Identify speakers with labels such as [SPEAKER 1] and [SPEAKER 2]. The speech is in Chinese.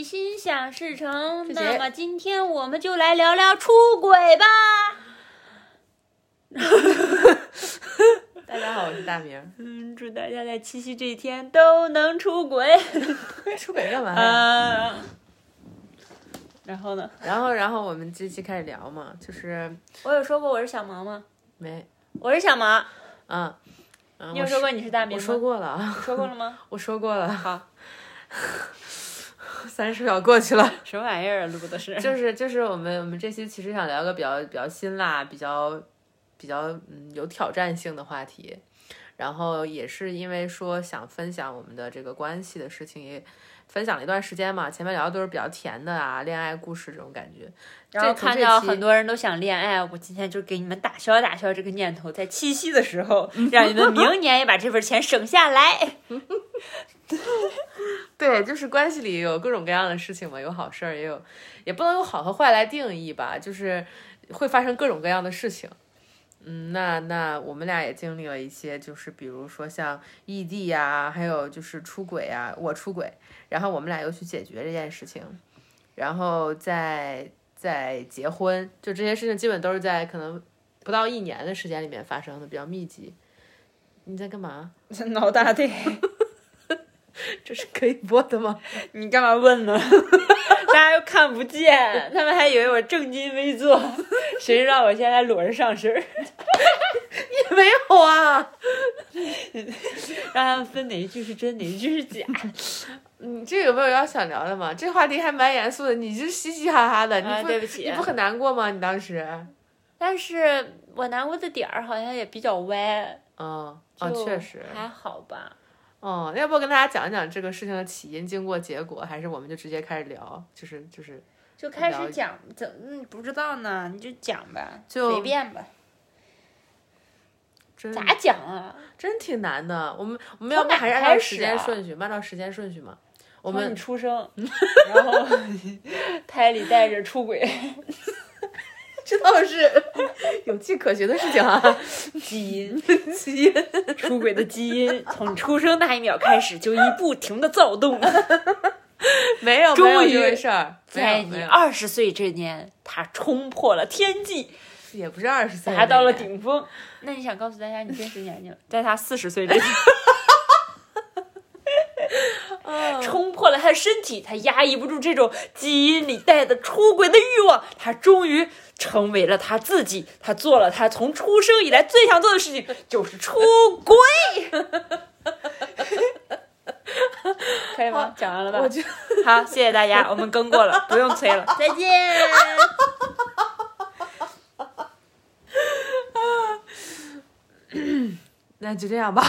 [SPEAKER 1] 大事成。
[SPEAKER 2] 这
[SPEAKER 1] 那
[SPEAKER 2] 节
[SPEAKER 1] 么今天我们就来聊聊出轨吧。
[SPEAKER 2] 大家好，我是大明。
[SPEAKER 1] 嗯，祝大家在七夕这一天都能出 轨。
[SPEAKER 2] 出轨干嘛呀？
[SPEAKER 1] 啊，然后呢？
[SPEAKER 2] 然后，然后我们这期开始聊嘛，就是
[SPEAKER 1] 我有说过我是小毛吗？
[SPEAKER 2] 没，
[SPEAKER 1] 我是小 毛。
[SPEAKER 2] 啊，嗯
[SPEAKER 1] 你有说过你是大明
[SPEAKER 2] 我
[SPEAKER 1] 吗？
[SPEAKER 2] 说过了 啊，
[SPEAKER 1] 说过了吗？
[SPEAKER 2] 我说过了，
[SPEAKER 1] 好，
[SPEAKER 2] 三十秒过去 了。
[SPEAKER 1] 什么玩意儿啊录的是？
[SPEAKER 2] 就是就是我们我们这期其实想聊个比较比较辛辣、比较比较嗯有挑战性的话题，然后也是因为说想分享我们的这个关系的事情，也分享了一段时间嘛。前面聊的都是比较甜的啊，恋爱故事这种感觉。
[SPEAKER 1] 然后
[SPEAKER 2] 这
[SPEAKER 1] 看到很多人都想恋爱，我今天就给你们打消打消这个念头，在七夕的时候，
[SPEAKER 2] 嗯
[SPEAKER 1] 让你们明年也把这份钱省下 来。
[SPEAKER 2] 对，就是关系里有各种各样的事情嘛，有好事儿，也有，也不能用好和坏来定义吧，就是会发生各种各样的事情。嗯，那那我们俩也经历了一些，就是比如说像异地呀、还有就是出轨啊，我出轨，然后我们俩又去解决这件事情，然后再再结婚，就这些事情基本都是在可能不到一年的时间里面发生的，比较密集。你在干嘛？
[SPEAKER 1] 脑大对，
[SPEAKER 2] 这是可以播的吗？
[SPEAKER 1] 你干嘛问呢？ 大家又看不见，他们还以为我正襟危坐， 谁知道我现在裸着上身儿，
[SPEAKER 2] 没有啊。
[SPEAKER 1] 让他们分哪一句是真，哪一句是 假。
[SPEAKER 2] 你这有没有要想聊的吗？这话题还蛮严肃的，你就嘻嘻哈哈的，你不、
[SPEAKER 1] 啊对不起
[SPEAKER 2] 你不很难过吗？你当时，
[SPEAKER 1] 但是我难过的点儿好像也比较歪，
[SPEAKER 2] 嗯，
[SPEAKER 1] 就
[SPEAKER 2] 哦，确实，
[SPEAKER 1] 还好吧。
[SPEAKER 2] 哦，要不跟大家讲一讲这个事情的起因、经过、结果，还是我们就直接开始聊？就是就是，
[SPEAKER 1] 就开始
[SPEAKER 2] 了解
[SPEAKER 1] 讲，怎嗯不知道呢？你就讲吧，
[SPEAKER 2] 就嗯
[SPEAKER 1] 随便吧，
[SPEAKER 2] 真
[SPEAKER 1] 咋讲啊？
[SPEAKER 2] 真挺难的。我们我们
[SPEAKER 1] 从
[SPEAKER 2] 要不
[SPEAKER 1] 哪
[SPEAKER 2] 还是
[SPEAKER 1] 开
[SPEAKER 2] 按照
[SPEAKER 1] 始
[SPEAKER 2] 时间
[SPEAKER 1] 啊
[SPEAKER 2] 顺序，按照时间顺序嘛？我
[SPEAKER 1] 从
[SPEAKER 2] 们
[SPEAKER 1] 你出生，然后胎里带着出 轨，
[SPEAKER 2] 这倒是 有迹可循的事情啊，
[SPEAKER 1] 基因
[SPEAKER 2] 起因。
[SPEAKER 1] 出轨的基因，从你出生那一秒开始就一不停的躁动，
[SPEAKER 2] 没有，
[SPEAKER 1] 终
[SPEAKER 2] 没有这
[SPEAKER 1] 于
[SPEAKER 2] 回事儿，没
[SPEAKER 1] 在
[SPEAKER 2] 有，没
[SPEAKER 1] 你
[SPEAKER 2] 有，
[SPEAKER 1] 二十岁这年，它冲破了天际，
[SPEAKER 2] 也不是二十岁，
[SPEAKER 1] 达到了。顶峰。那你想告诉大家你真实年龄？ 在他四十岁这年，
[SPEAKER 2] 哦
[SPEAKER 1] 冲破了他的身体，他压抑不住这种基因里带的出轨的欲望，他终于成为了他自己。他做了他从出生以来最想做的事情，就是出轨。 可以吗？讲完了吧？
[SPEAKER 2] 我觉得
[SPEAKER 1] 好，谢谢大家，我们更过了，不用催了， 再见。
[SPEAKER 2] 那就这样吧。